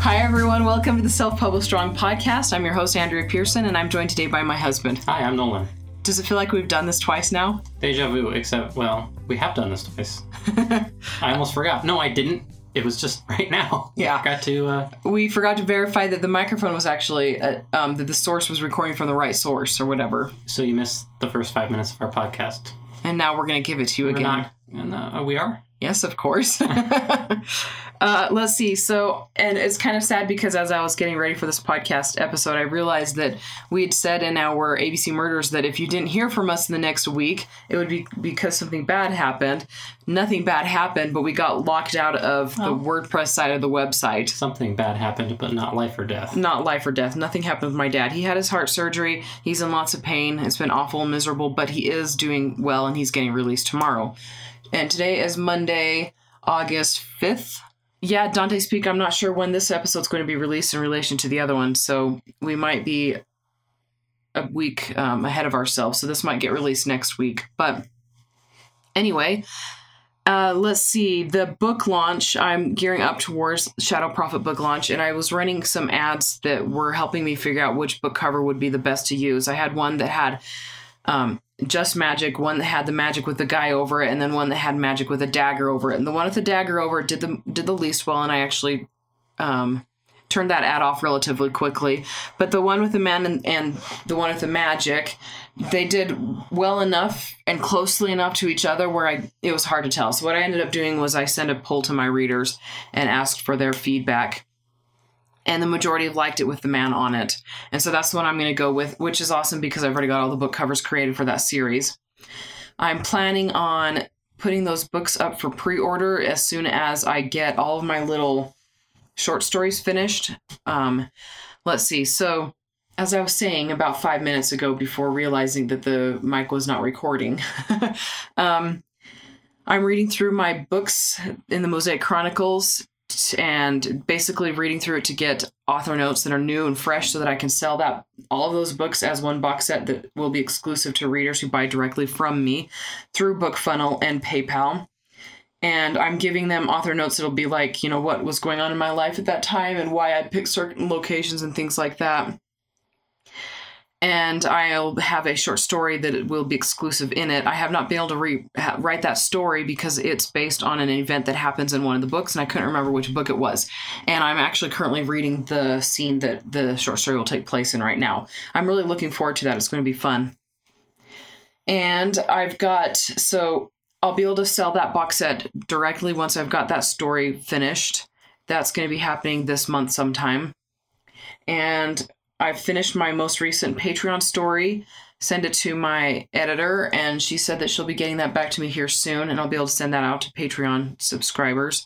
Hi, everyone. Welcome to the Self Published Strong podcast. I'm your host, Andrea Pearson, and I'm joined today by my husband. Hi, I'm Nolan. Does it feel like we've done this twice now? Deja vu, except, well, we have done this twice. I almost forgot. No, I didn't. It was just right now. Yeah. Got to, uh, We forgot to verify that the microphone was actually, uh, um, that the source was recording from the right source or whatever. so you missed the first five minutes of our podcast. And now we're going to give it to you We're again. not, and, uh, we are? Yes, of course. uh, let's see. So, and it's kind of sad because as I was getting ready for this podcast episode, I realized that we had said in our ABC Murders that if you didn't hear from us in the next week, it would be because something bad happened. Nothing bad happened, but we got locked out of the WordPress side of the website Something bad happened, but not life or death. not life or death. Nothing happened with my dad. He had his heart surgery. He's in lots of pain. It's been awful and miserable, but he is doing well and he's getting released tomorrow. And today is Monday, August 5th. Yeah, Dante Speak, I'm not sure when this episode's going to be released in relation to the other one, so we might be a week um, ahead of ourselves. So this might get released next week. But anyway, uh, let's see the book launch i'm gearing up towards shadow prophet book launch and i was running some ads that were helping me figure out which book cover would be the best to use i had one that had um, just magic one that had the magic with the guy over it and then one that had magic with a dagger over it and the one with the dagger over it did the did the least well and i actually um, turned that ad off relatively quickly but the one with the man and, and the one with the magic they did well enough and closely enough to each other where I it was hard to tell. So what I ended up doing was I sent a poll to my readers and asked for their feedback. And the majority have liked it with the man on it. And so that's the one I'm going to go with, which is awesome because I've already got all the book covers created for that series. I'm planning on putting those books up for pre order as soon as I get all of my little short stories finished. Um, let's see. So as I was saying about five minutes ago before realizing that the mic was not recording, um, I'm reading through my books in the Mosaic Chronicles and basically reading through it to get author notes that are new and fresh so that I can sell that all of those books as one box set that will be exclusive to readers who buy directly from me through BookFunnel and PayPal and I'm giving them author notes that'll be like, you know, what was going on in my life at that time and why I picked certain locations and things like that. And I'll have a short story that it will be exclusive in it. I have not been able to re- ha- write that story because it's based on an event that happens in one of the books, and I couldn't remember which book it was. And I'm actually currently reading the scene that the short story will take place in right now. I'm really looking forward to that. It's going to be fun. And I've got so I'll be able to sell that box set directly once I've got that story finished. That's going to be happening this month sometime. And I've finished my most recent Patreon story, send it to my editor, and she said that she'll be getting that back to me here soon, and I'll be able to send that out to Patreon subscribers.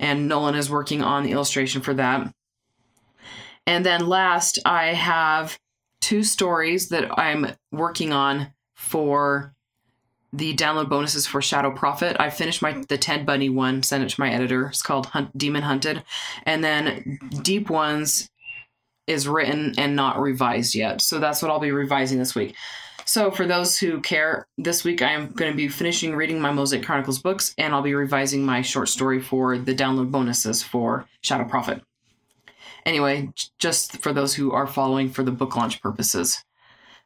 And Nolan is working on the illustration for that. And then last, I have two stories that I'm working on for the download bonuses for Shadow Prophet. I finished my the Ted Bunny one, sent it to my editor. It's called Hunt, Demon Hunted, and then Deep Ones is written and not revised yet. So that's what I'll be revising this week. So for those who care, this week I am going to be finishing reading my Mosaic Chronicles books, and I'll be revising my short story for the download bonuses for Shadow Prophet. Anyway, j- just for those who are following for the book launch purposes.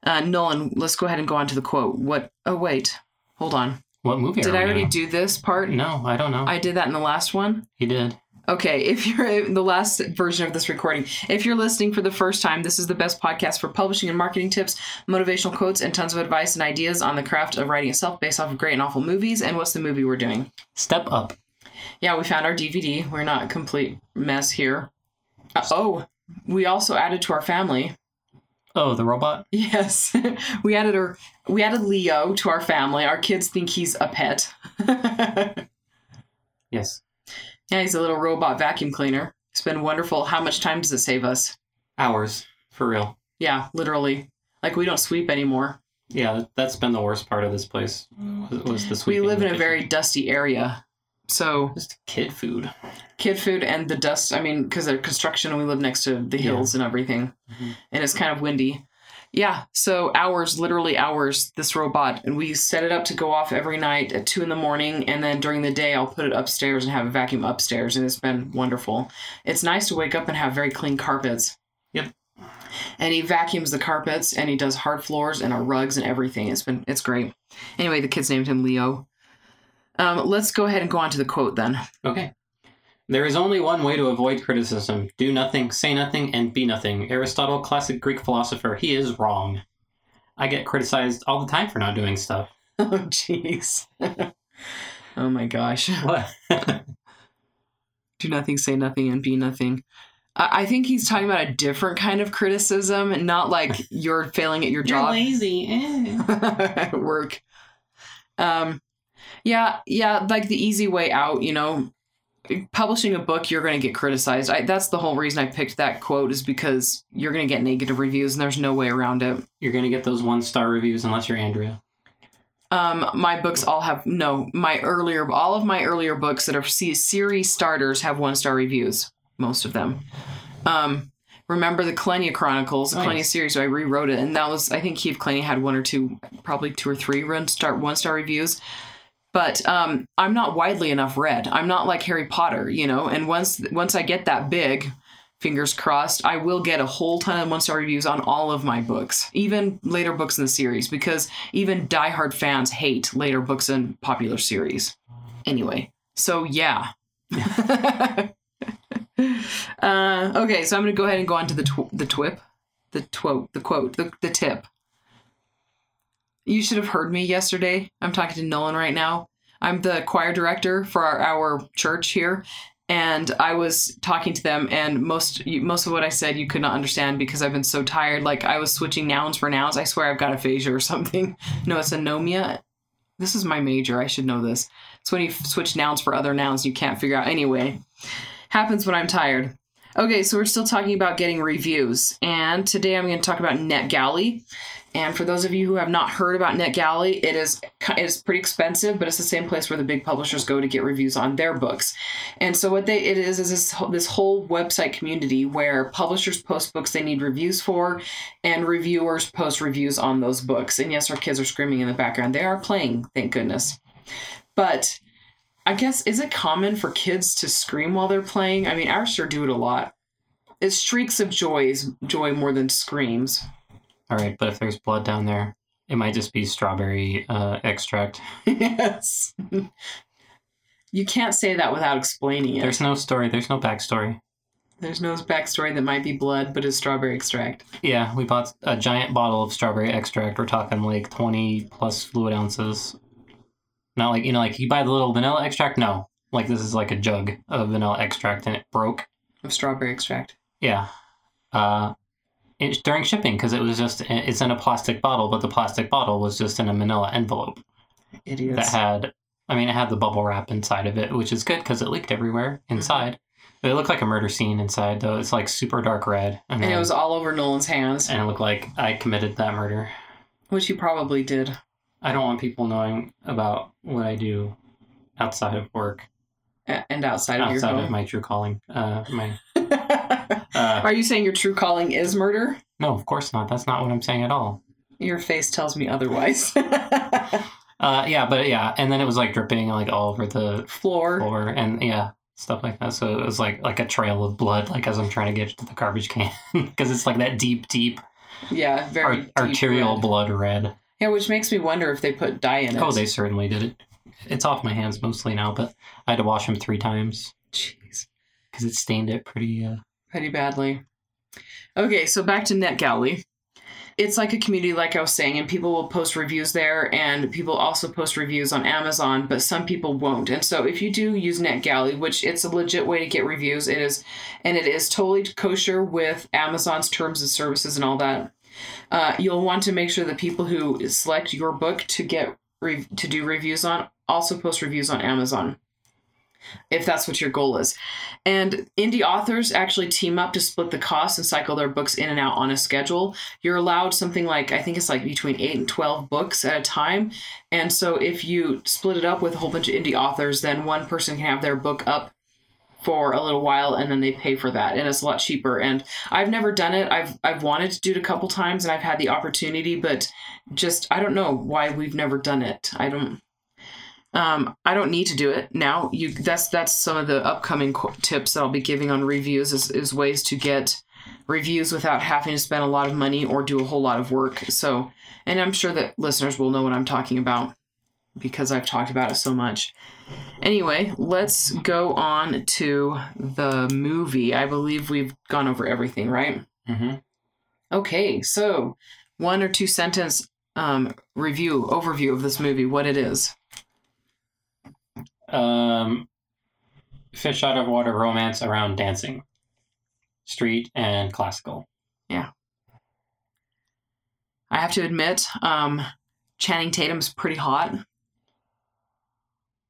Uh, Nolan, let's go ahead and go on to the quote. What? Oh, wait. Hold on. What movie Did are I we already do doing? this part? No, I don't know. I did that in the last one. he did. Okay, if you're in the last version of this recording, if you're listening for the first time, this is the best podcast for publishing and marketing tips, motivational quotes, and tons of advice and ideas on the craft of writing itself based off of great and awful movies and what's the movie we're doing. Step Up. Yeah, we found our DVD. We're not a complete mess here. Uh, oh, we also added to our family. Oh, the robot? Yes, we added our, we added Leo to our family. Our kids think he's a pet. Yes. Yeah, he's a little robot vacuum cleaner. It's been wonderful. How much time does it save us? Hours. For real. Yeah, literally. Like we don't sweep anymore. Yeah, that's been the worst part of this place. Was, was the We sweeping live in a kitchen. very dusty area. So Just kid food. kid food and the dust, I mean, because they're construction and we live next to the Yeah. hills and everything. Mhm. And it's kind of windy. Yeah, so hours, literally hours, this robot. And we set it up to go off every night at two in the morning. And then during the day, I'll put it upstairs and have a vacuum upstairs. And it's been wonderful. It's nice to wake up and have very clean carpets. Yep. And he vacuums the carpets and he does hard floors and our rugs and everything. It's been, it's great. Anyway, the kids named him Leo. Um, let's go ahead and go on to the quote then. Okay. Mm-hmm. There is only one way to avoid criticism do nothing, say nothing, and be nothing. Aristotle, classic Greek philosopher, he is wrong. I get criticized all the time for not doing stuff. Oh, jeez. oh, my gosh. What? do nothing, say nothing, and be nothing. I I think he's talking about a different kind of criticism, and not like you're failing at your job lazy. eh? at work. Um, yeah, yeah, like the easy way out, you know. Publishing a book, you're going to get criticized. I, that's the whole reason I picked that quote is because you're going to get negative reviews, and there's no way around it. You're going to get those one star reviews unless you're Andrea. Um, my books all have no. My earlier, all of my earlier books that are se- series starters have one star reviews. Most of them. Um, remember the Kalenia Chronicles, the Nice. Kalenia series. I rewrote it, and that was I think Keith Kalenia had one or two, probably two or three run start one star reviews. But um, I'm not widely enough read. I'm not like Harry Potter, you know. And once once I get that big, fingers crossed, I will get a whole ton of one star reviews on all of my books, even later books in the series, because even diehard fans hate later books in popular series. Anyway, so yeah. uh, okay, so I'm going to go ahead and go on to the tw- the twip, the twote, the quote, the, the tip. You should have heard me yesterday. I'm talking to Nolan right now. I'm the choir director for our, our church here, and I was talking to them, and most you- most of what I said you could not understand because I've been so tired. Like I was switching nouns for nouns. I swear I've got aphasia or something. No, it's anomia. This is my major. I should know this. It's when you f- switch nouns for other nouns you can't figure out. Anyway, happens when I'm tired. Okay, so we're still talking about getting reviews, and today I'm going to talk about NetGalley. And for those of you who have not heard about NetGalley, it is it is pretty expensive, but it's the same place where the big publishers go to get reviews on their books. And so what they it is is this whole- this whole website community where publishers post books they need reviews for, and reviewers post reviews on those books. And yes, our kids are screaming in the background. They are playing, thank goodness. But I guess is it common for kids to scream while they're playing? I mean, ours sure do it a lot. It's shrieks of joys, joy more than screams. All right, but if there's blood down there, it might just be strawberry uh, extract. yes. you can't say that without explaining it. There's no story, there's no backstory. There's no backstory that might be blood, but is strawberry extract. Yeah, we bought a giant bottle of strawberry extract. We're talking like 20 plus fluid ounces. Not like, you know, like you buy the little vanilla extract? No. Like this is like a jug of vanilla extract and it broke. Of strawberry extract. Yeah. Uh, it, during shipping, because it was just, it's in a plastic bottle, but the plastic bottle was just in a manila envelope Idiots. that had, I mean, it had the bubble wrap inside of it, which is good because it leaked everywhere Mm-hmm. inside. It looked like a murder scene inside, though. It's like super dark red. And, and it then- was all over Nolan's hands, and it looked like I committed that murder. which he probably did. I don't want people knowing about what I do outside of work, A- And outside of outside your of home. my true calling. Uh, my uh, Are you saying your true calling is murder? no, of course not. That's not what I'm saying at all. Your face tells me otherwise. Uh, yeah, but yeah, and then it was like dripping like all over the Floor. floor, and yeah, stuff like that. So it was like like a trail of blood, like as I'm trying to get to the garbage can, because it's like that deep, deep Yeah, ar- very deep arterial red. blood red. Yeah, which makes me wonder if they put dye in it. Oh, they certainly did it. It's off my hands mostly now, but I had to wash them three times Jeez. because it stained it pretty. Uh, pretty badly. Okay, so back to NetGalley. It's like a community, like I was saying, and people will post reviews there, and people also post reviews on Amazon, but some people won't. And so, if you do use NetGalley, which it's a legit way to get reviews, it is, and it is totally kosher with Amazon's terms of services and all that. Uh, you'll want to make sure the people who select your book to get re- to do reviews on also post reviews on Amazon, if that's what your goal is. And indie authors actually team up to split the costs and cycle their books in and out on a schedule. You're allowed something like, I think it's like between eight and 12 books at a time. And so if you split it up with a whole bunch of indie authors, then one person can have their book up for a little while and then they pay for that and it's a lot cheaper and I've never done it. I've I've wanted to do it a couple times and I've had the opportunity but just I don't know why we've never done it. I don't um, I don't need to do it now. You that's that's some of the upcoming qu- tips that I'll be giving on reviews is, is ways to get reviews without having to spend a lot of money or do a whole lot of work. So, and I'm sure that listeners will know what I'm talking about because I've talked about it so much. Anyway, let's go on to the movie. I believe we've gone over everything, right? Mm-hmm. Okay, so one or two sentence um, review, overview of this movie, what it is. um, fish out of water romance around dancing, street and classical. I have to admit, um, Channing Tatum's pretty hot.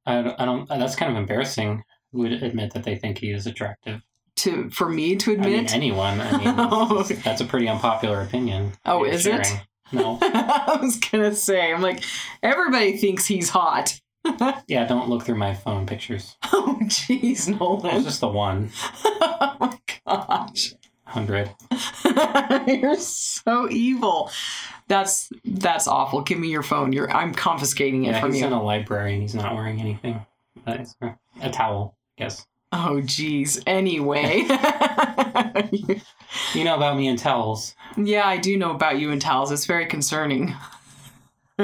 I don't, I don't. That's kind of embarrassing. Who Would admit that they think he is attractive. To for me to I mean, admit, anyone. I mean, that's, that's a pretty unpopular opinion. Oh, You're is it? sharing. No. I was gonna say, I'm like, everybody thinks he's hot. Yeah, don't look through my phone pictures. Oh, jeez, It's Nolan. just the one oh my gosh, hundred. you're so evil. That's that's awful. Give me your phone. You're I'm confiscating it Yeah, from he's you. in a library and he's not wearing anything. That is- A towel, yes. oh, jeez. Anyway, You know about me and towels. yeah, I do know about you and towels. It's very concerning.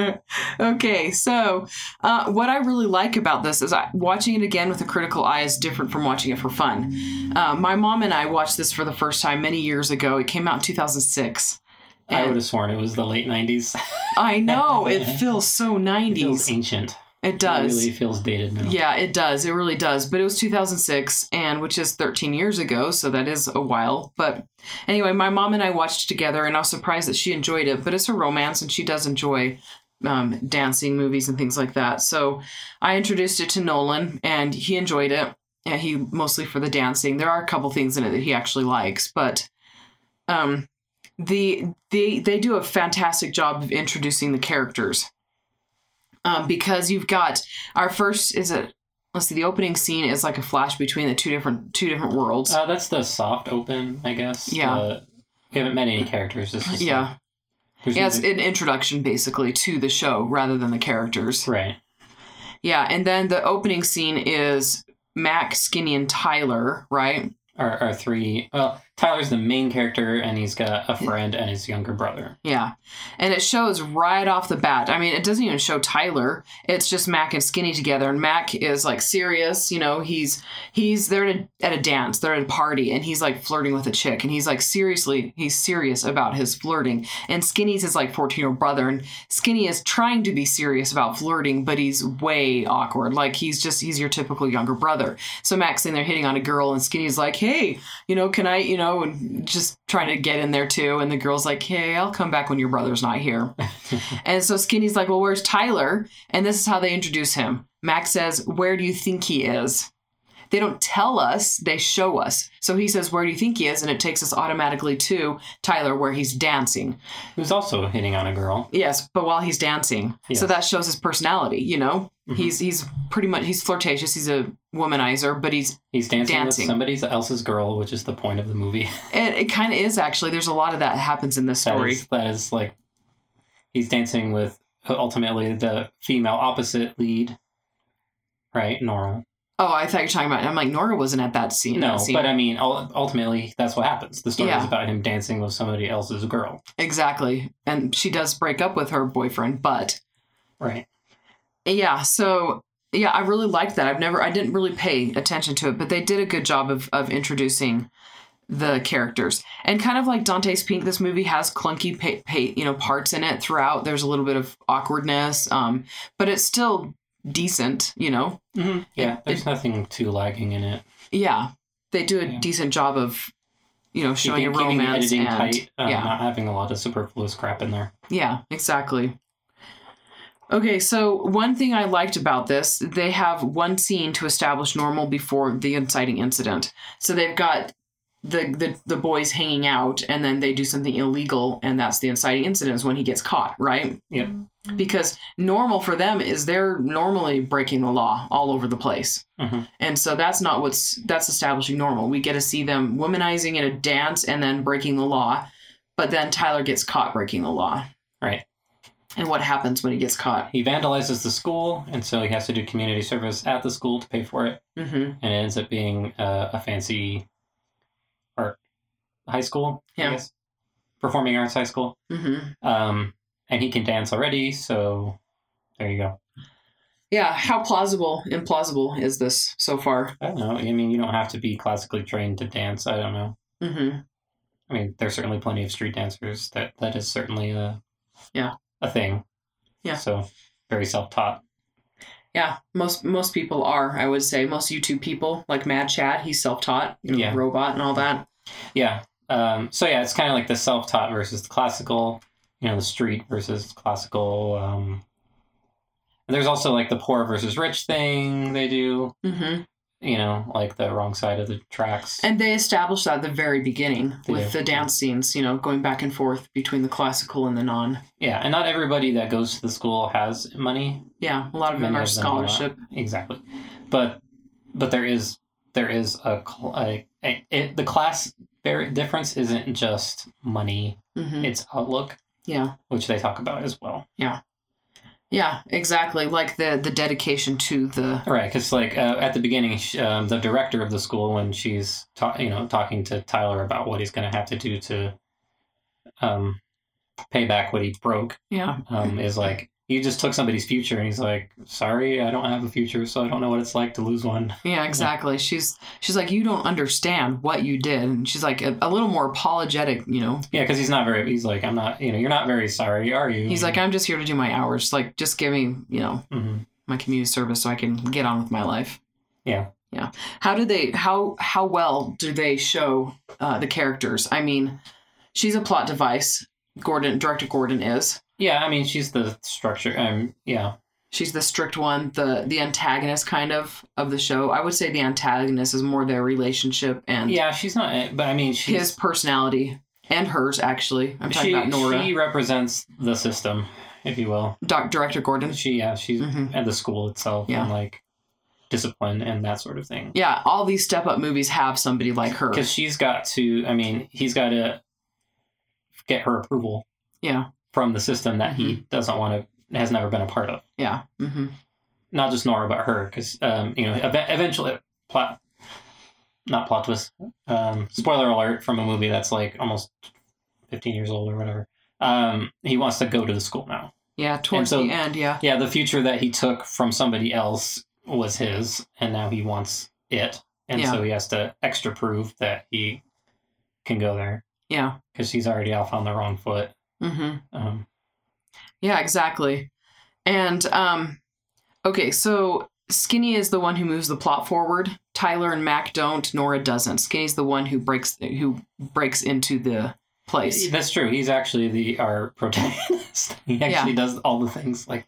okay, so uh, what I really like about this is I, watching it again with a critical eye is different from watching it for fun. Uh, my mom and I watched this for the first time many years ago. It came out in 2006. I And- would have sworn it was the late '90s. I know it feels so 90s. It feels ancient. It It does. really feels dated now. yeah, it does. It really does. But it was 2006, and which is 13 years ago, so that is a while. But anyway, my mom and I watched it together, and I was surprised that she enjoyed it. But it's a romance, and she does enjoy um, dancing movies and things like that. So I introduced it to Nolan, and he enjoyed it. And he mostly for the dancing. There are a couple things in it that he actually likes, but um, the they they do a fantastic job of introducing the characters um, because you've got our first is it let's see the opening scene is like a flash between the two different two different worlds Uh, that's the soft open, I guess. Yeah. Uh, we haven't met any characters. This is yeah There's yeah it's music- an introduction basically to the show rather than the characters right. yeah and then the opening scene is mac skinny and tyler right Our, our three. Well, Tyler's the main character, and he's got a friend and his younger brother. yeah and it shows right off the bat i mean it doesn't even show tyler it's just mac and skinny together and mac is like serious you know he's he's there at a, at a dance they're at a party and he's like flirting with a chick and he's like seriously he's serious about his flirting and skinny's his like 14 year old brother and skinny is trying to be serious about flirting but he's way awkward like he's just he's your typical younger brother so max in there hitting on a girl and skinny's like hey you know can i you know and just trying to get in there too and the girl's like hey i'll come back when your brother's not here and so skinny's like well where's tyler and this is how they introduce him max says where do you think he is they don't tell us, they show us. So he says, Where do you think he is? And it takes us automatically to Tyler, where he's dancing. Who's also hitting on a girl. Yes, but while he's dancing. So Yes. that shows his personality, you know? Mhm. He's he's pretty much he's flirtatious, he's a womanizer, but he's He's dancing, Dancing. with somebody else's girl, which is the point of the movie. it, it kinda is actually. There's a lot of that happens in this that story. is, that is like he's dancing with uh, ultimately the female opposite lead. Right, normal. Oh, I thought you were talking about I'm like, Nora wasn't at that scene. no, that scene. but uh, I mean, ul- ultimately, that's what happens. The story Yeah. is about him dancing with somebody else's girl. exactly. And she does break up with her boyfriend, but Right. yeah so yeah i really liked that i've never i didn't really pay attention to it but they did a good job of of introducing the characters and kind of like dante's peak this movie has clunky pa- pa- you know parts in it throughout there's a little bit of awkwardness um but it's still decent you know hmm Yeah, It- there's nothing too lagging in it. yeah they do a Yeah. decent job of you know showing Keeping- a keeping the romance editing and tight, um, yeah not having a lot of superfluous crap in there. Yeah, exactly. Okay, so one thing I liked about this, they have one scene to establish normal before the inciting incident. So they've got the, the the boys hanging out and then they do something illegal and that's the inciting incident is when he gets caught right Yep. because normal for them is they're normally breaking the law all over the place Mhm. and so that's not what's that's establishing normal we get to see them womanizing in a dance and then breaking the law but then tyler gets caught breaking the law Right. and what happens when he gets caught He vandalizes the school, and so he has to do community service at the school to pay for it, hmm and it ends up being uh, a fancy art high school, I Yeah. guess, performing arts high school. hmm Um, and he can dance already, so there you go. yeah how plausible implausible is this so far I don't know. I mean, you don't have to be classically trained to dance. I don't know. hmm I mean, there's certainly plenty of street dancers. That that is certainly a Yeah. a thing. Yeah. So very self taught. yeah most most people are i would say most youtube people like mad chad he's self-taught you know, Yeah. robot and all that Yeah. Um, so yeah, it's kind of like the self taught versus the classical. You know, the street versus classical. Um, and there's also like the poor versus rich thing they do. hmm You know, like the wrong side of the tracks. And they established that at the very beginning They with do. the dance scenes, you know, going back and forth between the classical and the non. yeah, and not everybody that goes to the school has money. Yeah, a lot of them Many are of them are not. scholarship. exactly but but there is there is a, cl- a, a it, the class bar- difference isn't just money hmm it's outlook Yeah, which they talk about as well yeah, exactly. Like the the dedication to the right because like uh, at the beginning sh- um, the director of the school when she's ta- you know talking to tyler about what he's going to have to do to um, pay back what he broke yeah, um, is like you just took somebody's future and he's like sorry i don't have a future so i don't know what it's like to lose one yeah, exactly. She's she's like, you don't understand what you did, and she's like a, a little more apologetic, you know. yeah because he's not very he's like i'm not you know you're not very sorry are you He's like, I'm just here to do my hours. Like, just give me, you know, hmm my community service so I can get on with my life. Yeah. Yeah. How do they how how well do they show uh, the characters? I mean, she's a plot device. Gordon, director Gordon is. Yeah, I mean, she's the structure. Um, yeah, She's the strict one, the the antagonist kind of of the show. I would say the antagonist is more their relationship and yeah, she's not. eh, But I mean, she's his personality and hers actually. I'm talking she about Nora. she represents the system, if you will. Doc, director Gordon. She yeah, she's Mhm. at the school itself Yeah. and like discipline and that sort of thing. Yeah, all these step up movies have somebody like her. Because she's got to. I mean, he's got to get her approval. Yeah. Mm-hmm. From the system that he doesn't want to has never been a part of. Yeah. hmm Not just Nora, but her, because um, you know, ev- eventually plot. Not plot twist. Um, spoiler alert from a movie that's like almost 15 years old or whatever. Um, he wants to go to the school now. Yeah, towards so- the end, yeah. Yeah, the future that he took from somebody else was his, and now he wants it. And Yeah. so he has to extra prove that he can go there Yeah. because he's already off on the wrong foot. Mhm. Um, Yeah, exactly. And um okay, so Skinny is the one who moves the plot forward. Tyler and Mac don't, Nora doesn't. Skinny's the one who breaks who breaks into the place. that's true. He's actually the our protagonist. he actually does all the things like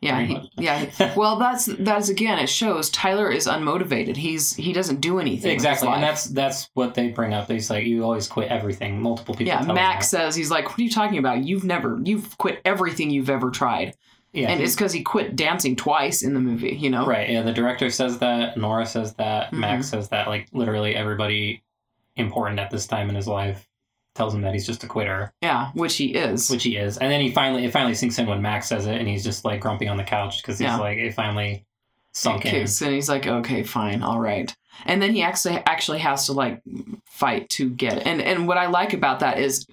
Yeah, pretty he- much. yeah. Well, that's that's again it shows Tyler is unmotivated. He's he doesn't do anything. with his Exactly, and life. that's that's what they bring up. They say you always quit everything. Multiple people. yeah, tell him Mac that. says he's like, "What are you talking about? You've never, you've quit everything you've ever tried, Yeah, and it's because he quit dancing twice in the movie. You know, right. Yeah, the director says that. Nora says that. Mm-hmm. Mac says that. Like literally everybody important at this time in his life tells him that he's just a quitter, Yeah, which he is. which he is. And then he finally it finally sinks in when Mac says it, and he's just like grumpy on the couch because he's Yeah. like it finally sunk Okay, in. so And he's like, okay, fine, all right. And then he actually actually has to like fight to get it. And and what I like about that is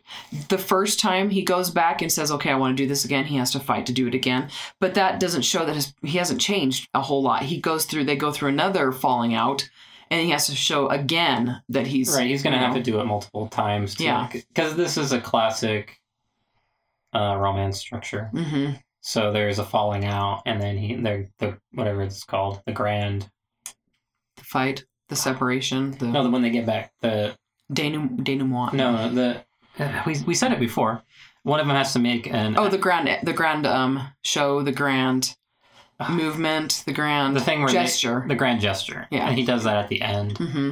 the first time he goes back and says, okay, I want to do this again. He has to fight to do it again. But that doesn't show that his he hasn't changed a whole lot. He goes through they go through another falling out, and he has to show again that he's Right, he's gonna you have know. to do it multiple times. to- Yeah. because this is a classic uh, romance structure. hmm So there's a falling out, and then he, there, the whatever it's called, the grand. the fight, the separation, the No, the when they get back, the denou- denouement. no, the uh, we we said it before. One of them has to make an Oh, the grand the grand um show the grand movement, the grand The thing where they- gesture. the grand gesture. Yeah. and he does that at the end. hmm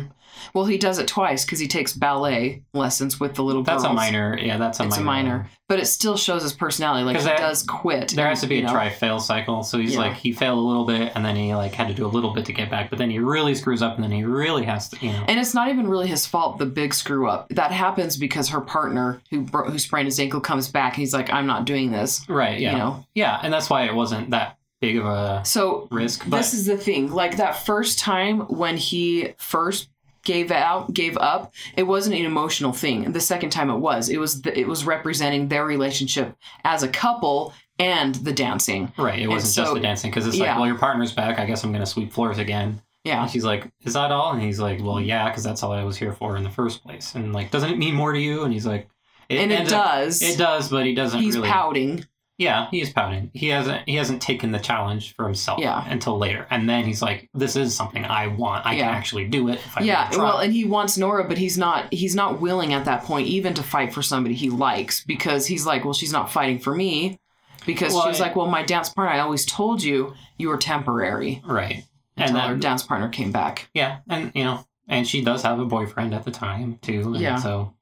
Well, he does it twice because he takes ballet lessons with the little That's girls. a minor. Yeah, that's a It's minor. a minor, but it still shows his personality. Like 'Cause he that- does quit. There has to be you a know? try fail cycle. So he's Yeah. like he failed a little bit, and then he like had to do a little bit to get back, but then he really screws up, and then he really has to. You know, And it's not even really his fault. The big screw up that happens because her partner, who bro- who sprained his ankle, comes back and he's like, "I'm not doing this." right? Yeah, You know. yeah, and that's why it wasn't that big of a So risk. But this is the thing. Like that first time when he first gave out, gave up, it wasn't an emotional thing. The second time it was. It was the, it was representing their relationship as a couple and the dancing. right, it wasn't just so- the dancing because it's yeah. like, well, your partner's back. I guess I'm gonna sweep floors again. Yeah. And she's like, "Is that all?" And he's like, "Well, yeah, because that's all I was here for in the first place." And like, doesn't it mean more to you? And he's like, and it ended up- does. It does, but he doesn't He's really. pouting. Yeah, he's pouting. He hasn't. He hasn't taken the challenge for himself. Yeah. Until later, and then he's like, "This is something I want. I Yeah. can actually do it." If I yeah. really try." Well, and he wants Nora, but he's not he's not willing at that point even to fight for somebody he likes because he's like, well, she's not fighting for me. Because Well, she was I- like, well, my dance partner, I always told you you were temporary right. And until her then, dance partner came back. yeah, and you know, and she does have a boyfriend at the time too. And Yeah. So,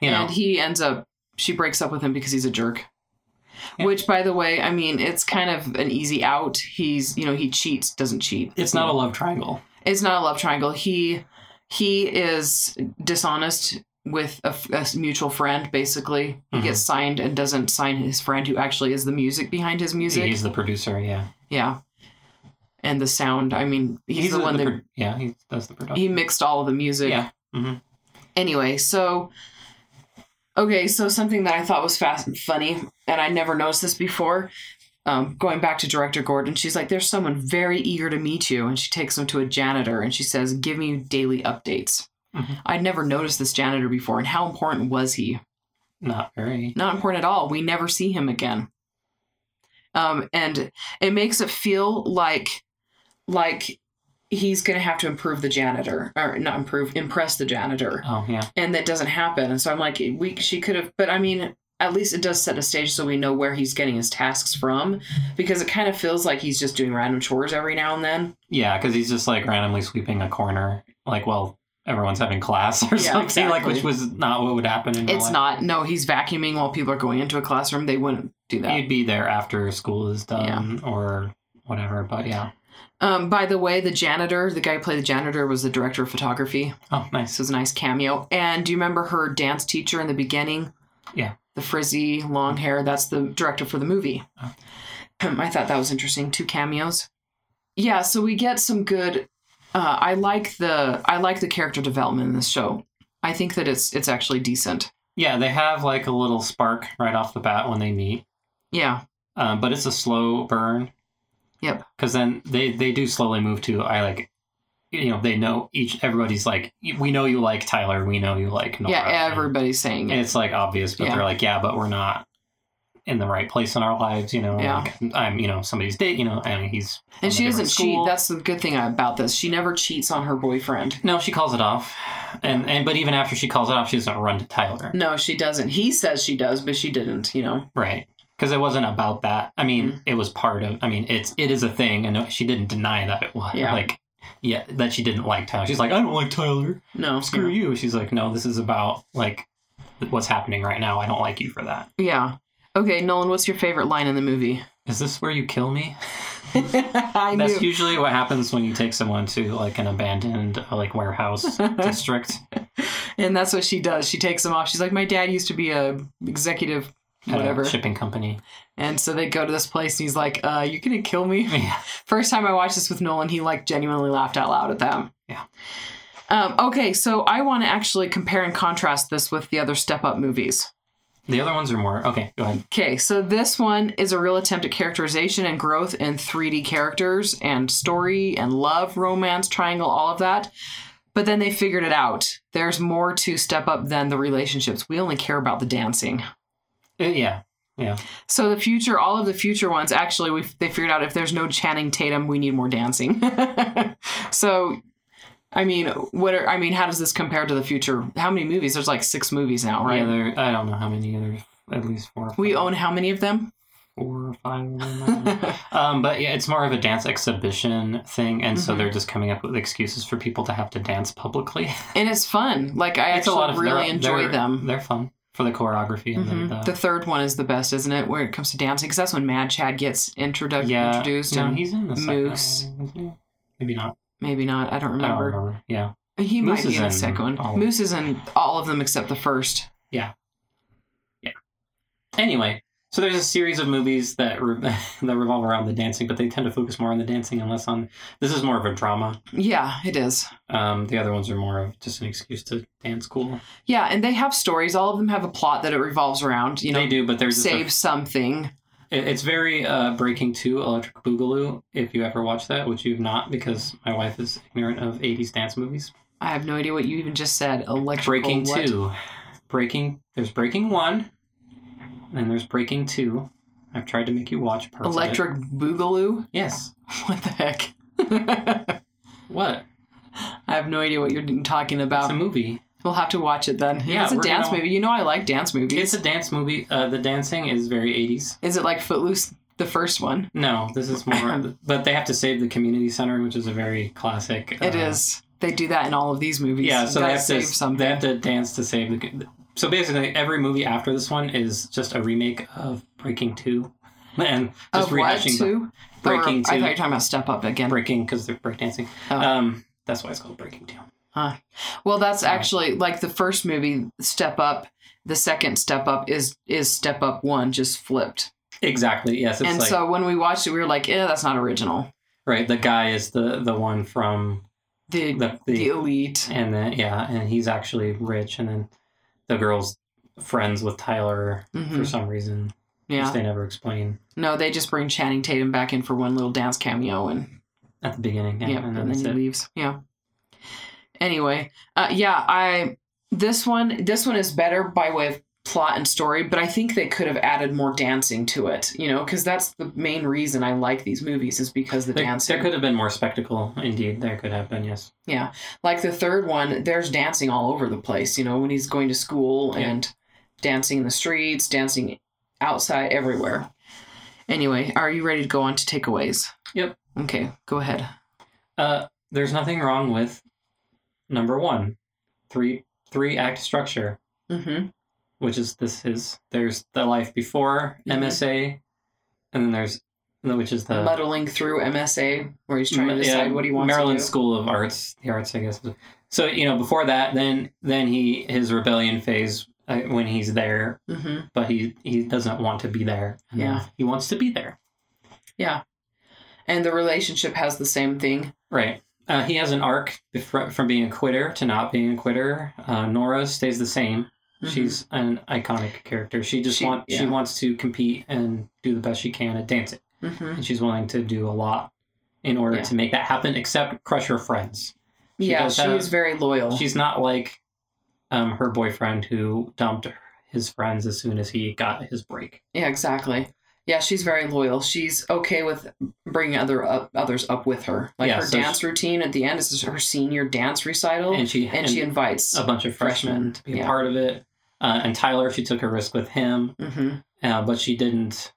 you know, and he ends up she breaks up with him because he's a jerk Yeah. which by the way i mean it's kind of an easy out he's you know he cheats doesn't cheat it's not a love triangle. it's not a love triangle he he is dishonest with a, f- a s- mutual friend basically he Mhm. gets signed and doesn't sign his friend who actually is the music behind his music He's the producer. Yeah. yeah and the sound i mean he's, the a- one that pro- yeah, he does the production. he mixed all of the music Yeah. Mhm. anyway so okay so something that i thought was fast funny and i never noticed this before um, going back to director gordon she's like there's someone very eager to meet you and she takes him to a janitor and she says give me daily updates Mhm. i'd never noticed this janitor before and how important was he Not very. not important at all we never see him again um, and it makes it feel like like he's gonna have to improve the janitor or not improve impress the janitor Oh yeah. and that doesn't happen. And so I'm like, we she could have, but I mean, at least it does set a stage so we know where he's getting his tasks from, because it kind of feels like he's just doing random chores every now and then. Yeah, because he's just like randomly sweeping a corner, like while everyone's having class or Yeah, something, like exactly. which was not what would happen in real It's life. not. No, he's vacuuming while people are going into a classroom. They wouldn't do that. You'd be there after school is done or whatever, but yeah. Um, by the way, the janitor, the guy who played the janitor, was the director of photography. Oh, nice. This was a nice cameo. And do you remember her dance teacher in the beginning? Yeah. The frizzy long hair. That's the director for the movie. Oh. I thought that was interesting. Two cameos. Yeah, so we get some good. Uh, I like the I like the character development in this show. I think that it's it's actually decent. Yeah, they have like a little spark right off the bat when they meet, Yeah, um, but it's a slow burn. Yep. Because then they they do slowly move to I like, you know, they know each everybody's like we know you like Tyler, we know you like Nora. yeah. and- Everybody's saying And it. it's like obvious, but Yeah. they're like, yeah, but we're not in the right place in our lives, you know. Yeah. Like, I'm, you know, somebody's date, you know, and he's. and from a she doesn't different school. cheat. That's the good thing about this. She never cheats on her boyfriend. No, she calls it off, and and but even after she calls it off, she doesn't run to Tyler, No, she doesn't. He says she does, but she didn't. You know. right? Because it wasn't about that. I mean, Mm. it was part of. I mean, it's it is a thing, and she didn't deny that it was Yeah. like. Yeah, that she didn't like Tyler. She's like, I don't like Tyler. No. Screw you. She's like, no, this is about like what's happening right now. I don't like you for that. Yeah. Okay, Nolan, what's your favorite line in the movie? Is this where you kill me? I That's usually what happens when you take someone to like an abandoned uh, like warehouse district. And that's what she does. She takes them off. She's like, My dad used to be a executive at a whatever. shipping company. And so they go to this place and he's like, uh, you're gonna kill me. Yeah. First time I watched this with Nolan, he like genuinely laughed out loud at them. Yeah. Um, okay, so I want to actually compare and contrast this with the other Step Up movies. The other ones are more okay. Go ahead. Okay, so this one is a real attempt at characterization and growth in 3D characters and story and love, romance, triangle, all of that. But then they figured it out. There's more to step up than the relationships. We only care about the dancing. Uh, yeah. So the future, all of the future ones, actually, we they figured out if there's no Channing Tatum, we need more dancing. so, I mean, what are I mean? How does this compare to the future? How many movies? There's like six movies now, Yeah. right? There. I don't know how many. There's at least four. or we five. own how many of them? four or five. of them, I don't know. Um, but yeah, it's more of a dance exhibition thing, and so Mhm. they're just coming up with excuses for people to have to dance publicly. and it's fun. Like I it's a actually lot of really they're- enjoy they're- them. They're fun for the choreography and Mhm. the, The third one is the best, isn't it? Where it comes to dancing, because that's when Mad Chad gets introdu- yeah. introduced, No, and he's in the second Moose. one, isn't he? Maybe not. maybe not. I don't I don't remember. remember. Yeah, He Oh, Moose might be is in the in second all one. of Moose is in all of them except the first. Anyway, so there's a series of movies that re- that revolve around the dancing, but they tend to focus more on the dancing and less on. This is more of a drama. Yeah, it is. Um, the other ones are more of just an excuse to dance cool. Yeah, and they have stories. All of them have a plot that it revolves around. You know, they do, but there's just a save something. It, it's very uh, Breaking Two, Electric Boogaloo. If you ever watch that, which you've not, because my wife is ignorant of '80s dance movies. I have no idea what you even just said. Electrical Breaking what? Two, Breaking. There's Breaking One, and then there's Breaking Two. I've tried to make you watch parts of it. Electric Boogaloo? Yes. What the heck? I What? have no idea what you're talking It's a about. movie. We'll have to watch it then. Yeah, it's a we're dance gonna- movie. You know I like dance movies. It's a dance movie. Uh, the dancing is very '80s. Is it like Footloose, the first one? No, this is more. but they have to save the community center, which is a very classic. It uh, is. They do that in all of these movies. Yeah, You so gotta they have to save something. they have to dance to save the. So basically, every movie after this one is just a remake of Breaking Two, and just Of what, rehashing the- two? or, Breaking I thought Two. you were talking about Step Up again. Breaking because they're breakdancing. Oh. Um, that's why it's called Breaking Two. Well, that's Yeah. actually like the first movie, Step Up. The second Step Up is is Step Up One, just flipped. Exactly. Yes. It's and like so when we watched it, we were like, "Yeah, that's not original." right. The guy is the the one from The the, the, the elite. and then yeah, and he's actually rich, and then the girl's friends with Tyler Mhm. for some reason, which Yeah. they never explain No, they just bring Channing Tatum back in for one little dance cameo, and at the beginning. Yeah, yeah, and and then then that's he it. leaves. Yeah. Anyway, uh, yeah, I this one this one is better by way of plot and story, but I think they could have added more dancing to it. You know, because that's the main reason I like these movies is because the There- dancing. there could have been more spectacle. Indeed, there could have been. Yes. like the third one there's dancing all over the place you know when he's going to school Yeah. and dancing in the streets dancing outside everywhere anyway are you ready to go on to takeaways Yep. okay go ahead Uh, there's nothing wrong with number one, three three act structure, mm-hmm which is this is there's the life before Mhm. MSA, and then there's which is the muddling through msa where he's trying to Ma- decide Uh, yeah, what he wants Maryland to do School of Arts, the arts, I guess. So you know, before that, then then he his rebellion phase uh, when he's there, mm-hmm. but he he doesn't want to be there. And then Yeah. he wants to be there, and the relationship has the same thing right? Uh, he has an arc befr- from being a quitter to not being a quitter. Uh, Nora stays the same. Mhm. She's an iconic character. She just She- want she yeah. wants to compete and do the best she can at dancing, Mhm. and she's willing to do a lot in order Yeah. to make that happen. Except crush her friends. She yeah does have- she's very loyal She's not like um, her boyfriend who dumped his friends as soon as he got his break. yeah exactly yeah she's very loyal she's okay with bringing other up, others up with her like Yeah, her so dance routine at the end is her senior dance recital And she Oh, and she invites. a bunch of freshmen, freshmen to be a yeah. part of it. Uh, and Tyler, she took a risk with him, hmm uh, but she didn't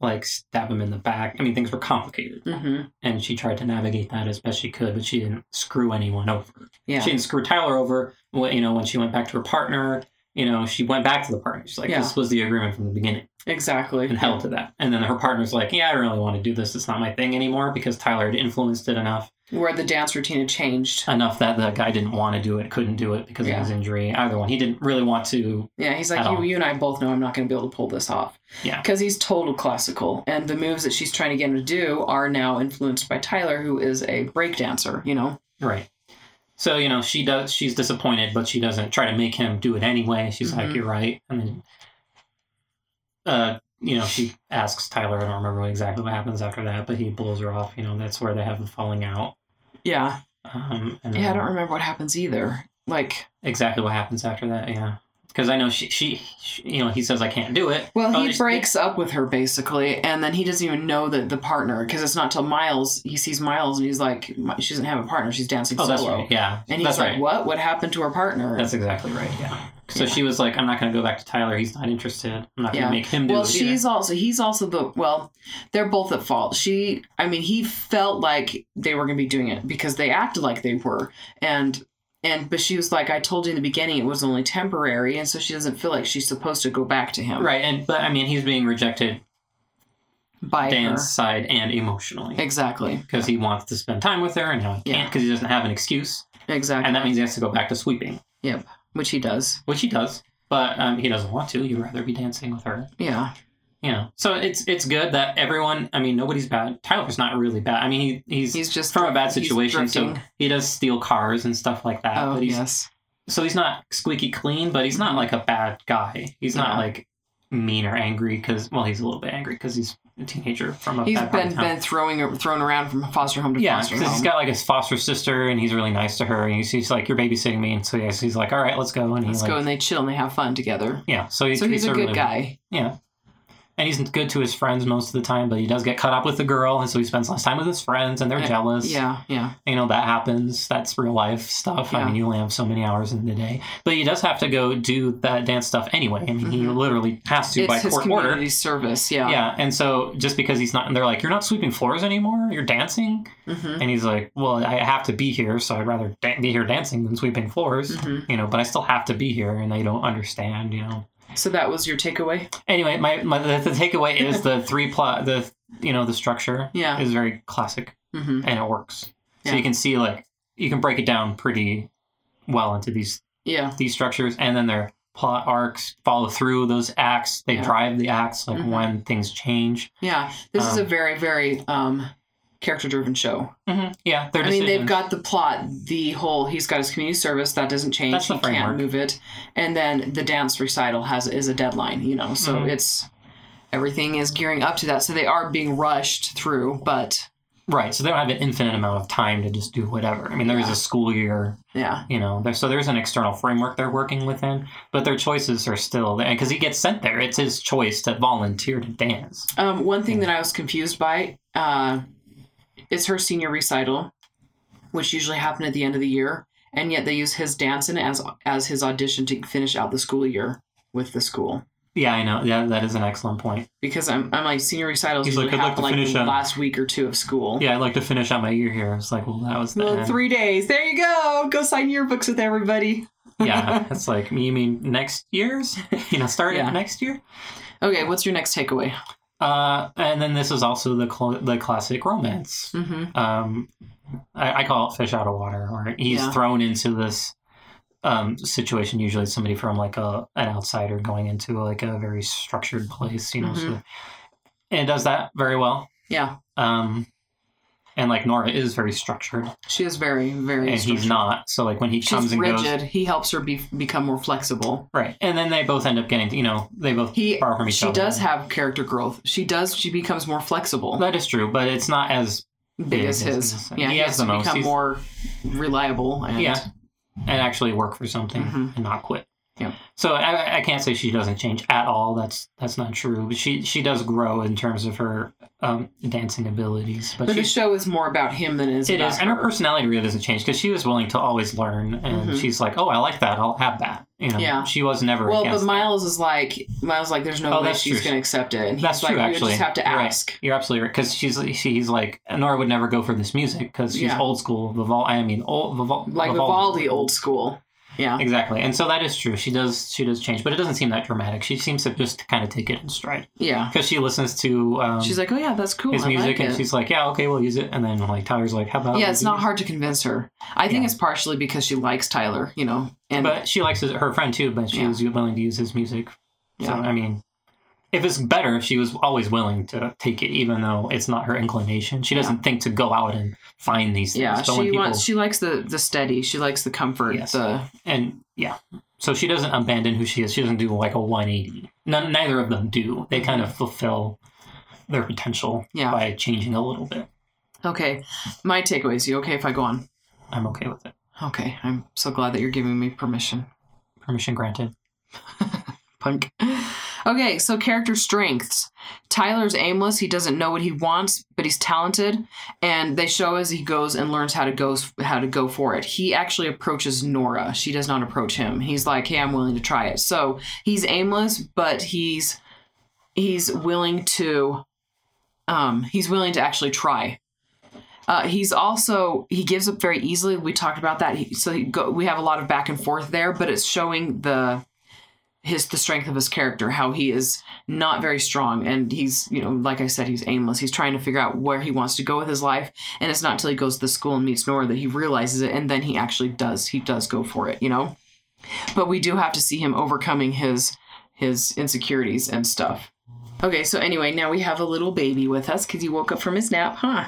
like stab him in the back. I mean, things were complicated, hmm and she tried to navigate that as best she could, but she didn't screw anyone over. Yeah. she didn't screw Tyler over. When, you know, when she went back to her partner, you know, she went back to the partner. She's like, Yeah. this was the agreement from the beginning exactly. and held to that. And then her partner's like, yeah, I don't really want to do this. It's not my thing anymore because Tyler had influenced it enough, Where the dance routine had changed. enough that the guy didn't want to do it, couldn't do it because Yeah. of his injury. Either one. He didn't really want to. Yeah, he's At like, you, all. you and I both know I'm not going to be able to pull this off. Yeah. Because he's total classical. And the moves that she's trying to get him to do are now influenced by Tyler, who is a break dancer, you know? Right. So, you know, she does, she's disappointed, but she doesn't try to make him do it anyway. She's like, Mhm. you're right. And then, uh, you know, she asks Tyler, I don't remember exactly what happens after that, but he blows her off. You know, that's where they have the falling out. Yeah. Um, and Yeah, I then don't remember what happens either. Like, exactly what happens after that. Yeah, because I know she, she, she, you know, he says I can't do it. well, Oh, he there's- breaks up with her basically, and then he doesn't even know that the partner, because it's not till Miles, he sees Miles and he's like, she doesn't have a partner, she's dancing Oh, that's solo. right. Yeah, And he's that's like, right. what? What happened to her partner? That's exactly right. Yeah, So Yeah. she was like, I'm not going to go back to Tyler. He's not interested. I'm not going Yeah. to make him do Well, it. she's also he's also the well, they're both at fault. She, I mean, he felt like they were going to be doing it because they acted like they were, and and but she was like, I told you in the beginning it was only temporary, and so she doesn't feel like she's supposed to go back to him. Um, Right. And, but I mean, he's being rejected by Dan's side and emotionally her. Exactly, because he wants to spend time with her and now he Yeah. can't because he doesn't have an excuse. exactly, And that means he has to go back to sweeping, which he does. which he does. But um, he doesn't want to. He'd rather be dancing with her. Yeah, You know, so it's it's good that everyone. I mean, nobody's bad. Tyler's not really bad. I mean, he he's, he's just oh, from a bad he's situation, so drifting. he does steal cars and stuff like that. oh Mm-hmm. but he's yes, so he's not squeaky clean, but he's not like a bad guy. He's not No. like mean or angry because well, he's a little bit angry because he's a teenager from a he's bad part of been town. been throwing thrown around from foster home to yeah, foster because home. he's got like his foster sister, and he's really nice to her, and he's, he's like, "You're babysitting me," and so yes, he's like, "All right, let's go," and he Let's like, go and they chill and they have fun together. yeah, so he So he's treats a her good really- guy. yeah. And he's good to his friends most of the time, but he does get caught up with the girl, and so he spends less time with his friends, and they're Uh, jealous. Yeah, yeah. you know that happens that's real life stuff i Yeah. mean you only have so many hours in the day but he does have to go do that dance stuff anyway i mean he Mhm. literally has to It's by his court community order service. Yeah. yeah and so just because he's not and they're like you're not sweeping floors anymore you're dancing Mm-hmm. and he's like well i have to be here so i'd rather da- be here dancing than sweeping floors Mm-hmm. you know but i still have to be here and they don't understand you know So that was your takeaway. anyway my, my the, the takeaway is the three plot the you know the structure Yeah. is very classic Mm-hmm. and it works. So Yeah. you can see like you can break it down pretty well into these Yeah. these structures, and then their plot arcs follow through those acts. They Yeah. drive the acts like Mhm. when things change. Yeah. This is a Um, very, very um, character-driven show. Mm-hmm. Yeah, they're I mean, they've decisions. got the plot, the whole. He's got his community service that doesn't change. That's the he framework. can't move it, and then the dance recital has is a deadline. You know, so Mhm. it's everything is gearing up to that. So they are being rushed through, but right. So they don't have an infinite amount of time to just do whatever. I mean, there is Yeah. a school year, yeah, you know. There, so there's an external framework they're working within, but their choices are still there because he gets sent there. It's his choice to volunteer to dance. Um, one thing that Mm. I was confused by uh, is her senior recital, which usually happened at the end of the year, and yet they use his dancing as as his audition to finish out the school year with the school. Yeah, I know. Yeah, that is an excellent point. Because I'm, I'm like senior recitals He's like, usually "I'd like happen to like, finish the out." last week or two of school. Yeah, I'd like to finish out my year here. It's like, well, that was the Well, end. three days. There you go. Go sign yearbooks with everybody. yeah, it's like you mean next year's, you know, starting Yeah. next year. Okay, what's your next takeaway? Uh, and then this is also the cl- the classic romance. Mm-hmm. Um, I, I call it fish out of water, or he's Yeah. thrown into this um situation. Usually, it's somebody from like a an outsider going into like a very structured place, you know. Mm-hmm. So, and it does that very well. Yeah, Um, and like Nora is very structured, she is very, very. and he's structured. not. So like when he comes She's and rigid. goes, He helps her be, become more flexible. right? And then they both end up getting, you know, they both He borrow from each she other. does have character growth. She does. She becomes more flexible. That is true, but it's not as big Yeah, as he has- his. he Yeah, he, has has the to most. become He's- more reliable. And, Yeah. and actually work for something Mhm. and not quit. Yep. So I, I can't say she doesn't change at all. That's that's not true. But she she does grow in terms of her um, dancing abilities. But, But she, the show is more about him than it is it about is, and her her. personality really doesn't change because she was willing to always learn, and Mhm. she's like, oh, I like that. I'll have that. You know, Yeah. she was never Well, but against. that. Miles is like Miles is like there's no Oh, way that's she's true. going to accept it. And he's That's like, true, "You actually. just have to You're right. ask. You're absolutely right because she's she's like Nora would never go for this music because she's Yeah. old school. Vival, I mean, old Vival, Like Vivaldi, old school. Yeah. Exactly, and so that is true. She does she does change, but it doesn't seem that dramatic. She seems to just kind of take it in stride Yeah. because she listens to um, She's like, oh yeah, that's cool. his I music, like and it." she's like, yeah, okay, we'll use it. And then like Tyler's like, how about yeah, we it's do not this?" hard to convince her. I think Yeah. it's partially because she likes Tyler, you know, and But she likes his, her friend too, but she Yeah. was willing to use his music. Yeah. So I mean, if it's better, she was always willing to take it, even though it's not her inclination. She doesn't think to go out and find these things. yeah, but when she people- wants she likes the the steady, she likes the comfort, Yes. the and yeah so she doesn't abandon who she is she doesn't do like a 180 None, neither of them do they kind of fulfill their potential Yeah. by changing a little bit Okay. My takeaways, you okay if I go on? i'm okay with it Okay, I'm so glad that you're giving me permission. permission granted Punk. Okay, so character strengths. Tyler's aimless. He doesn't know what he wants, but he's talented, and they show as he goes and learns how to go how to go for it. He actually approaches Nora. She does not approach him. He's like, "Hey, I'm willing to try it." So he's aimless, but he's he's willing to um he's willing to actually try. Uh, he's also he gives up very easily. We talked about that. He, so he go, we have a lot of back and forth there, but it's showing the his the strength of his character how he is not very strong and he's you know like i said he's aimless he's trying to figure out where he wants to go with his life and it's not till he goes to the school and meets nora that he realizes it and then he actually does he does go for it you know but we do have to see him overcoming his his insecurities and stuff okay so anyway now we have a little baby with us because he woke up from his nap huh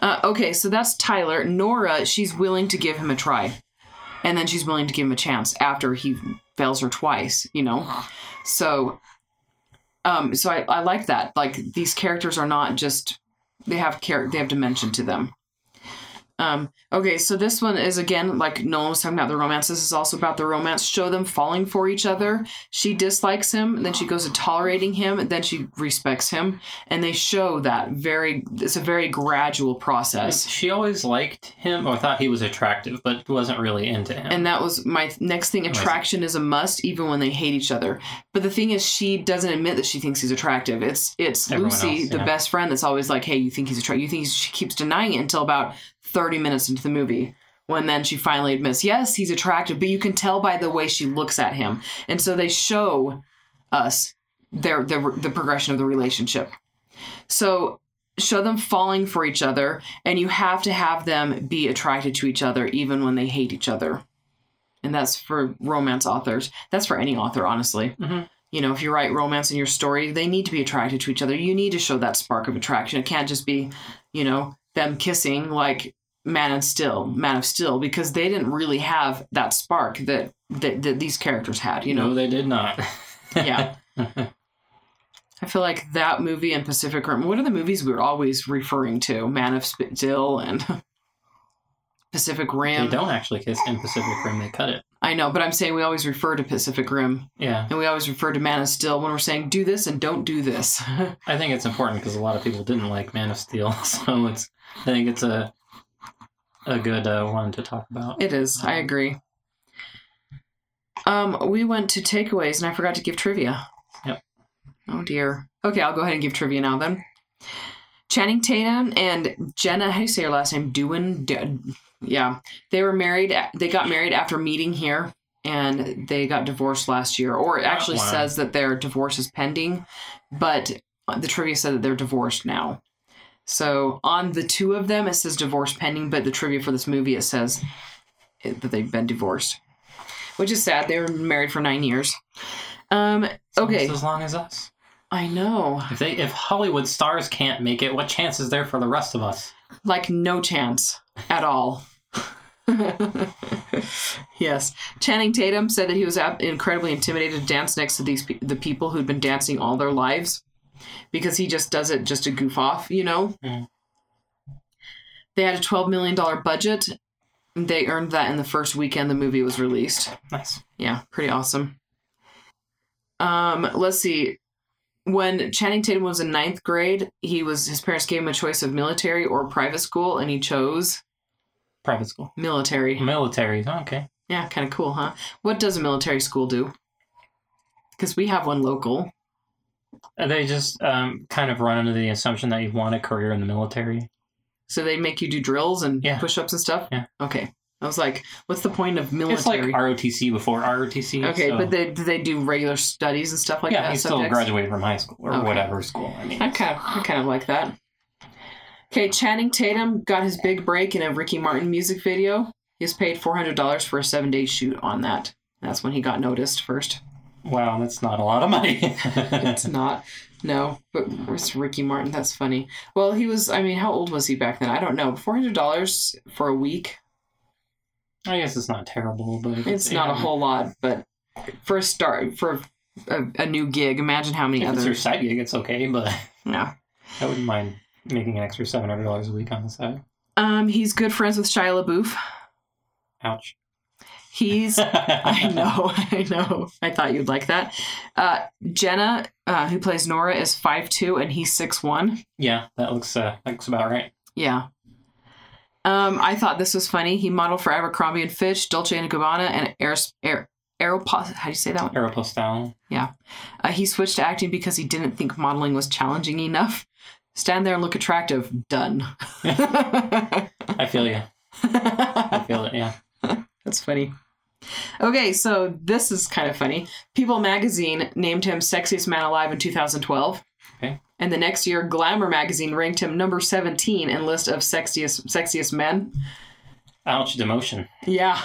uh, okay so that's tyler nora she's willing to give him a try and then she's willing to give him a chance after he fails her twice you know so um so i, I like that like these characters are not just they have care they have dimension to them um okay so this one is again like nolan was talking about the romance this is also about the romance show them falling for each other she dislikes him then she goes to tolerating him and then she respects him and they show that very it's a very gradual process She always liked him or thought he was attractive, but wasn't really into him. And that was my th- next thing. Amazing. Attraction is a must, even when they hate each other. But the thing is, she doesn't admit that she thinks he's attractive. It's it's Everyone Lucy, else, the yeah. best friend, that's always like, "Hey, you think he's attractive?" You think he's, she keeps denying it until about thirty minutes into the movie, when then she finally admits, "Yes, he's attractive," but you can tell by the way she looks at him. And so they show us their the the progression of the relationship. So show them falling for each other and you have to have them be attracted to each other even when they hate each other and that's for romance authors. That's for any author, honestly. Mhm. You know, if you write romance in your story, they need to be attracted to each other. You need to show that spark of attraction. It can't just be, you know, them kissing like Man and Still, Man of Steel, because they didn't really have that spark that that, that these characters had. You know, no, they did not. yeah. I feel like that movie and Pacific Rim. What are the movies we were always referring to? Man of Steel and Pacific they Rim. don't actually kiss in Pacific Rim. They cut it. I know, but I'm saying we always refer to Pacific Rim Yeah, And we always refer to Man of Steel when we're saying do this and don't do this. I think it's important because a lot of people didn't like Man of Steel, so it's. I think it's a a good uh, one to talk about. it is. I agree. Um, we went to takeaways and I forgot to give trivia. Yep. Oh dear. Okay, I'll go ahead and give trivia now then. Channing Tatum and Jenna, how do you say your last name? Dewan. De- yeah, they were married. They got married after meeting here, and they got divorced last year. Or it actually Wow. says that their divorce is pending, but the trivia said that they're divorced now. So on the two of them, it says divorce pending, but the trivia for this movie it says it- that they've been divorced, which is sad. They were married for nine years. Um. It's almost Okay. as long as us. I know. If they if Hollywood stars can't make it, what chance is there for the rest of us? like no chance at all. yes, Channing Tatum said that he was ab- incredibly intimidated to dance next to these pe- the people who'd been dancing all their lives because he just does it just to goof off, you know. Mhm. They had a twelve million dollar budget. They earned that in the first weekend the movie was released. Nice. Yeah, pretty awesome. Um, let's see. When Channing Tatum was in ninth grade, he was his parents gave him a choice of military or private school, and he chose Private school. military. Hmm. Military. Okay. Yeah, kind of cool, huh? What does a military school do? Because we have one local. They just um, kind of run under the assumption that you want a career in the military. So they make you do drills and Yeah. push-ups and stuff. Yeah. Okay. I was like, what's the point of military? It's like ROTC before ROTC. okay, so- but they do they do regular studies and stuff like yeah, that. he still subjects? graduated from high school or Okay. whatever school. I mean, I kind of, I kind of like that. Okay, Channing Tatum got his big break in a Ricky Martin music video. He was paid four hundred dollars for a seven day shoot on that. That's when he got noticed first. wow, that's not a lot of money. It's not, no, but it's Ricky Martin. That's funny. Well, he was. I mean, how old was he back then? I don't know. Four hundred dollars for a week. I guess it's not terrible, but if It's not a yeah, whole lot, but for a start, for a, a new gig, imagine how many If it's others. your side gig, it's okay, but no. I wouldn't mind making an extra seven hundred dollars a week on the side. Um, he's good friends with Shia LaBeouf. Ouch. He's I know, I know. I thought you'd like that. Uh, Jenna, uh, who plays Nora, is five two, and he's six one. yeah, that looks uh, that looks about right. Yeah. Um, I thought this was funny. He modeled for Abercrombie and Fitch, Dolce and Gabbana, and Aeros- Aer- Aeropostale. How do you say that one? Aeropostale. Uh, he switched to acting because he didn't think modeling was challenging enough. Stand there and look attractive. Done. I feel you. I feel it. Yeah. That's funny. Okay, so this is kind of funny. People magazine named him Sexiest Man Alive in 2012. Okay. And the next year, Glamour magazine ranked him number 17 in list of sexiest sexiest men. Ouch! Demotion. Yeah.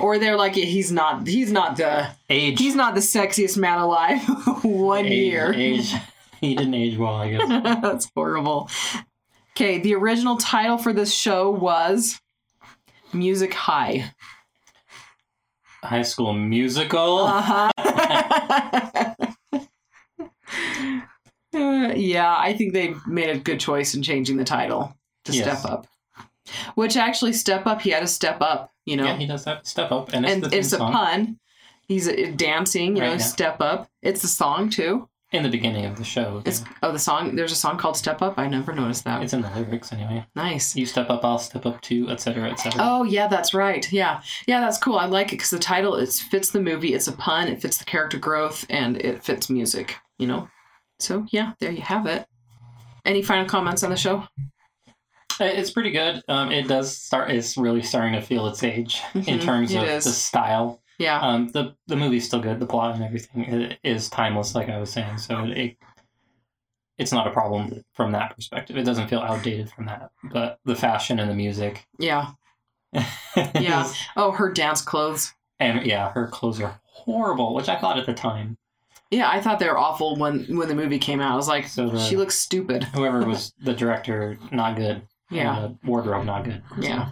Or they're like, yeah, he's not he's not the Age. he's not the sexiest man alive one age, year. Age. He didn't age well, I guess. That's horrible. Okay, the original title for this show was Music High. High School Musical. Uh-huh. Uh, yeah, I think they made a good choice in changing the title to Yes. Step Up. Which actually, Step Up, he had to step up, you know. Yeah, he does that. Step up, and it's and the theme it's a song pun. He's uh, dancing, you know, Right, yeah. Step Up. It's the song, too. in the beginning of the show. It's Oh, the song. There's a song called Step Up. I never noticed that. It's in the lyrics anyway. nice. You step up, I'll step up too, etc., etc. Oh yeah, that's right. Yeah, yeah, that's cool. I like it because the title it fits the movie. It's a pun. It fits the character growth, and it fits music. You know, so yeah, there you have it. Any final comments on the show? Uh, It's pretty good. Um, it does start. It's really starting to feel its age in Mhm, terms it of is. the style. Yeah, Um, the the movie's still good. The plot and everything i- is timeless, like I was saying. So it it's not a problem from that perspective. It doesn't feel outdated from that. But the fashion and the music. yeah. Yeah. Oh, her dance clothes. and yeah, her clothes are horrible, which I thought at the time. Yeah, I thought they were awful when when the movie came out. I was like, So the, she looks stupid. whoever was the director, not good. Yeah, And the wardrobe, not good. Yeah.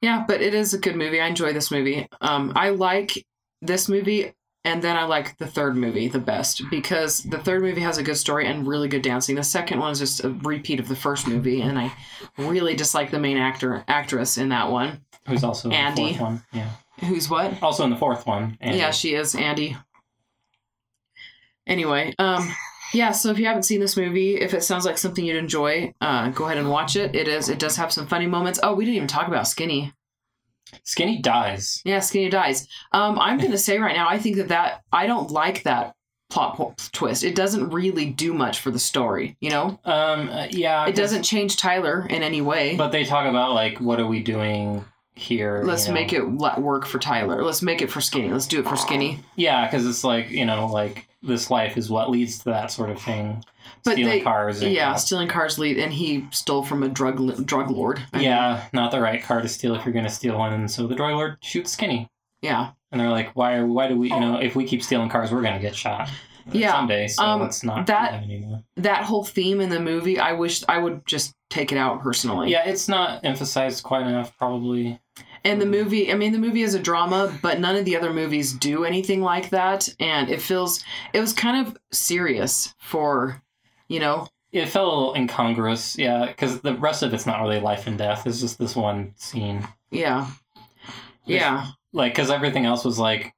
yeah, but it is a good movie. I enjoy this movie. Um, I like this movie. And then I like the third movie the best because the third movie has a good story and really good dancing. The second one is just a repeat of the first movie, and I really dislike the main actor actress in that one. Who's also in the Andy. fourth one. Yeah. Who's what? Also in the fourth one. Andy. Yeah, she is Andy. Anyway, um, yeah. So if you haven't seen this movie, if it sounds like something you'd enjoy, uh, go ahead and watch it. It is. It does have some funny moments. Oh, we didn't even talk about Skinny. Skinny dies. Yeah, Skinny dies. Um, I'm going to say right now, I think that that I don't like that plot po- twist. It doesn't really do much for the story. You know, Um. uh, yeah. it doesn't change Tyler in any way. But they talk about like, what are we doing here? Let's make it la- work for Tyler. Let's make it for Skinny. Let's do it for Skinny. Yeah, because it's like you know, like this life is what leads to that sort of thing. But Stealing they- cars. And Yeah, stealing cars lead, and he stole from a drug li- drug lord. I mean, Yeah, not the right car to steal if you're going to steal one. And so the drug lord shoots Skinny, yeah. and they're like, "Why? Why do we? You know, if we keep stealing cars, we're going to get shot Oh. Yeah, someday. So um, let's not do that- that anymore." that whole theme in the movie, I wish I would just take it out personally. Yeah, it's not emphasized quite enough, probably. And the Mm-hmm. movie, I mean, the movie is a drama, but none of the other movies do anything like that. And it feels, it was kind of serious for, you know, It felt a little incongruous, yeah, because the rest of it's not really life and death. It's just this one scene, yeah. Yes. Yeah. like because everything else was like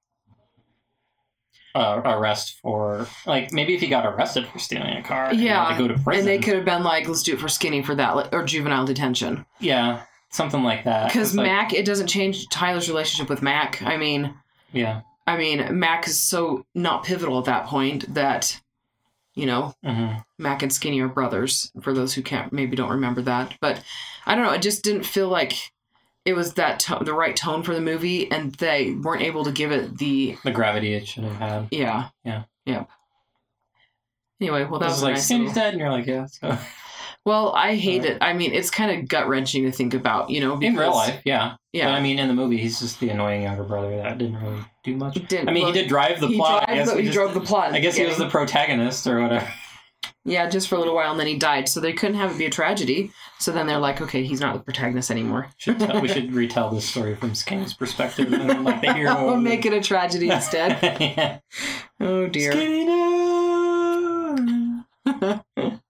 uh, arrest for, like maybe if he got arrested for stealing a car, and he had Yeah, to go to And prison, they could have been like, let's do it for skinny for that, like- or juvenile detention. yeah, something like that. Because It's like- Mac, it doesn't change Tyler's relationship with Mac. I mean, yeah, I mean, Mac is so not pivotal at that point that, you know, hmm Mac and Skinny are brothers. For those who can't maybe don't remember that, but I don't know. It just didn't feel like it was that to- the right tone for the movie, and they weren't able to give it the the gravity it should have had. yeah Yeah. yep. Anyway, well that It was, was a like nice Skinny's little- dead, and you're like, yeah, so. Well, I hate it. I mean, it's kind of gut wrenching to think about, you know, in real because- life, yeah. Yeah, But I mean, in the movie, he's just the annoying younger brother that didn't really do much. It didn't- I mean, well, he did drive the he plot. I drives guess the- we he just- drove the plot. at I guess he was beginning. the protagonist or whatever. Yeah, just for a little while, and then he died. So they couldn't have it be a tragedy. So then they're like, okay, he's not the protagonist anymore. Should tell, we should retell this story from Skinny's perspective and then, like the hero. we'll make it a tragedy instead. yeah. oh dear. Skinny no!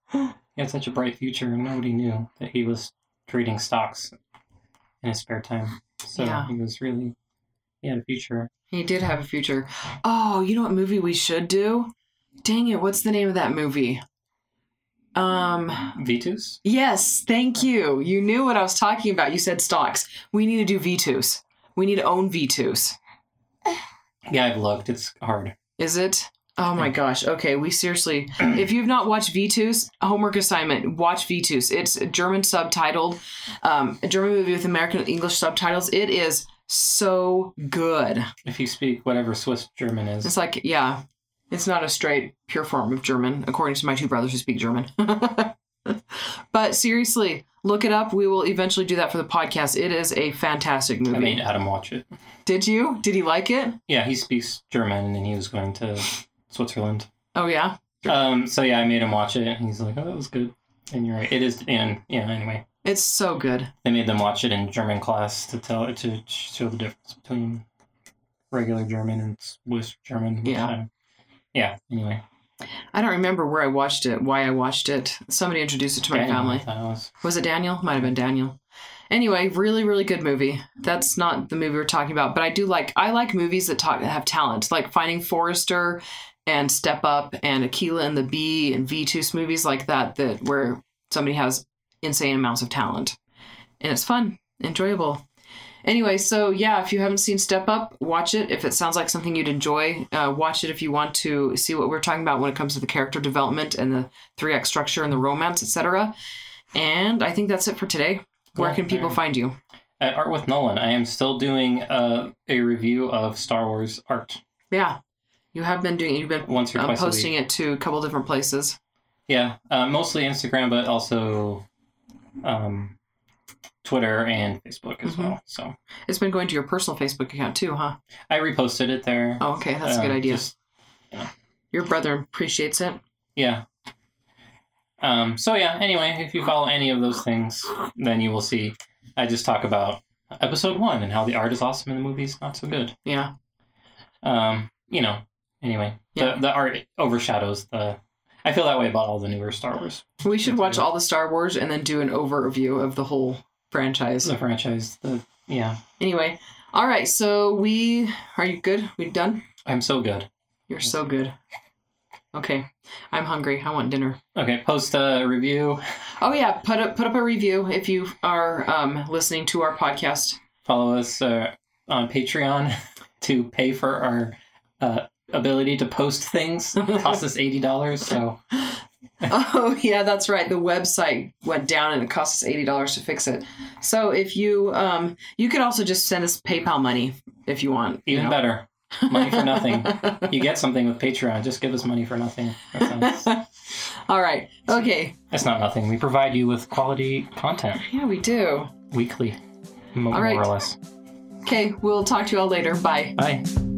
He had such a bright future, and nobody knew that he was trading stocks in his spare time. So Yeah. he was really He had a future. He did have a future. Oh, you know what movie we should do? Dang it, what's the name of that movie? Um Vitus? yes, thank you. You knew what I was talking about. You said stocks. We need to do V2s. We need to own V2s. Yeah, I've looked. It's hard. Is it? Oh my gosh. Okay, we seriously if you've not watched Vitus, homework assignment, watch Vitus. It's a German subtitled, um, a German movie with American and English subtitles. It is so good. If you speak whatever Swiss German is, It's like, yeah, it's not a straight, pure form of German, according to my two brothers who speak German. but seriously, look it up. We will eventually do that for the podcast. It is a fantastic movie. I uh, made Adam watch it. Did you? Did he like it? Yeah, he speaks German and he was going to Switzerland. Oh, yeah. Um, so yeah, I made him watch it and he's like, oh, that was good. And you're right. It is. And yeah, anyway. It's so good. They made them watch it in German class to tell to show the difference between regular German and Swiss German. Yeah. So, yeah. Anyway, I don't remember where I watched it, why I watched it. Somebody introduced it to my Daniel, I family. thought it was- Was it Daniel? Might have been Daniel. Anyway, really, really good movie. That's not the movie we're talking about, but I do like I like movies that talk that have talent, like Finding Forrester and Step Up and Aquila and the Bee and Vitus movies like that that where somebody has insane amounts of talent. And it's fun, enjoyable. Anyway, so yeah, if you haven't seen Step Up, watch it. If it sounds like something you'd enjoy, uh, watch it if you want to see what we're talking about when it comes to the character development and the three act structure and the romance, etc. And I think that's it for today. Where Cool. can people Alright. find you? At Art with Nolan, I am still doing uh, a review of Star Wars art Yeah, you have been doing. You've been once or um, twice posting a week. it to a couple different places. Yeah, uh, mostly Instagram, but also um, Twitter and Facebook as Mhm. well. So It's been going to your personal Facebook account too, huh? I reposted it there. Oh, okay, that's a Um, good idea. just- your brother appreciates it. yeah. Um, so yeah. Anyway, if you follow any of those things, then you will see. I just talk about episode one and how the art is awesome and the movie's not so good. Yeah, um, you know, anyway, Yeah. the, the art overshadows the. I feel that way about all the newer Star Wars, we should That's watch good. all the Star Wars and then do an overview of the whole franchise. the franchise. The yeah, Anyway, all right. So we are you good? We done? I'm so good. You're so good. Okay, I'm hungry. I want dinner. Okay, post a review, Oh yeah, put up put up a review if you are um, listening to our podcast. follow us uh, on Patreon to pay for our uh, ability to post things. It costs us eighty dollars, so Oh yeah, that's right. The website went down and it cost us eighty dollars to fix it. So if you um you could also just send us PayPal money if you want. you even know. better. Money for nothing. You get something with Patreon. Just give us money for nothing. That sounds- All right. Okay. That's not nothing. We provide you with quality content Yeah, we do. weekly, mo- All right. more or less. Okay, we'll talk to you all later. Bye. Bye.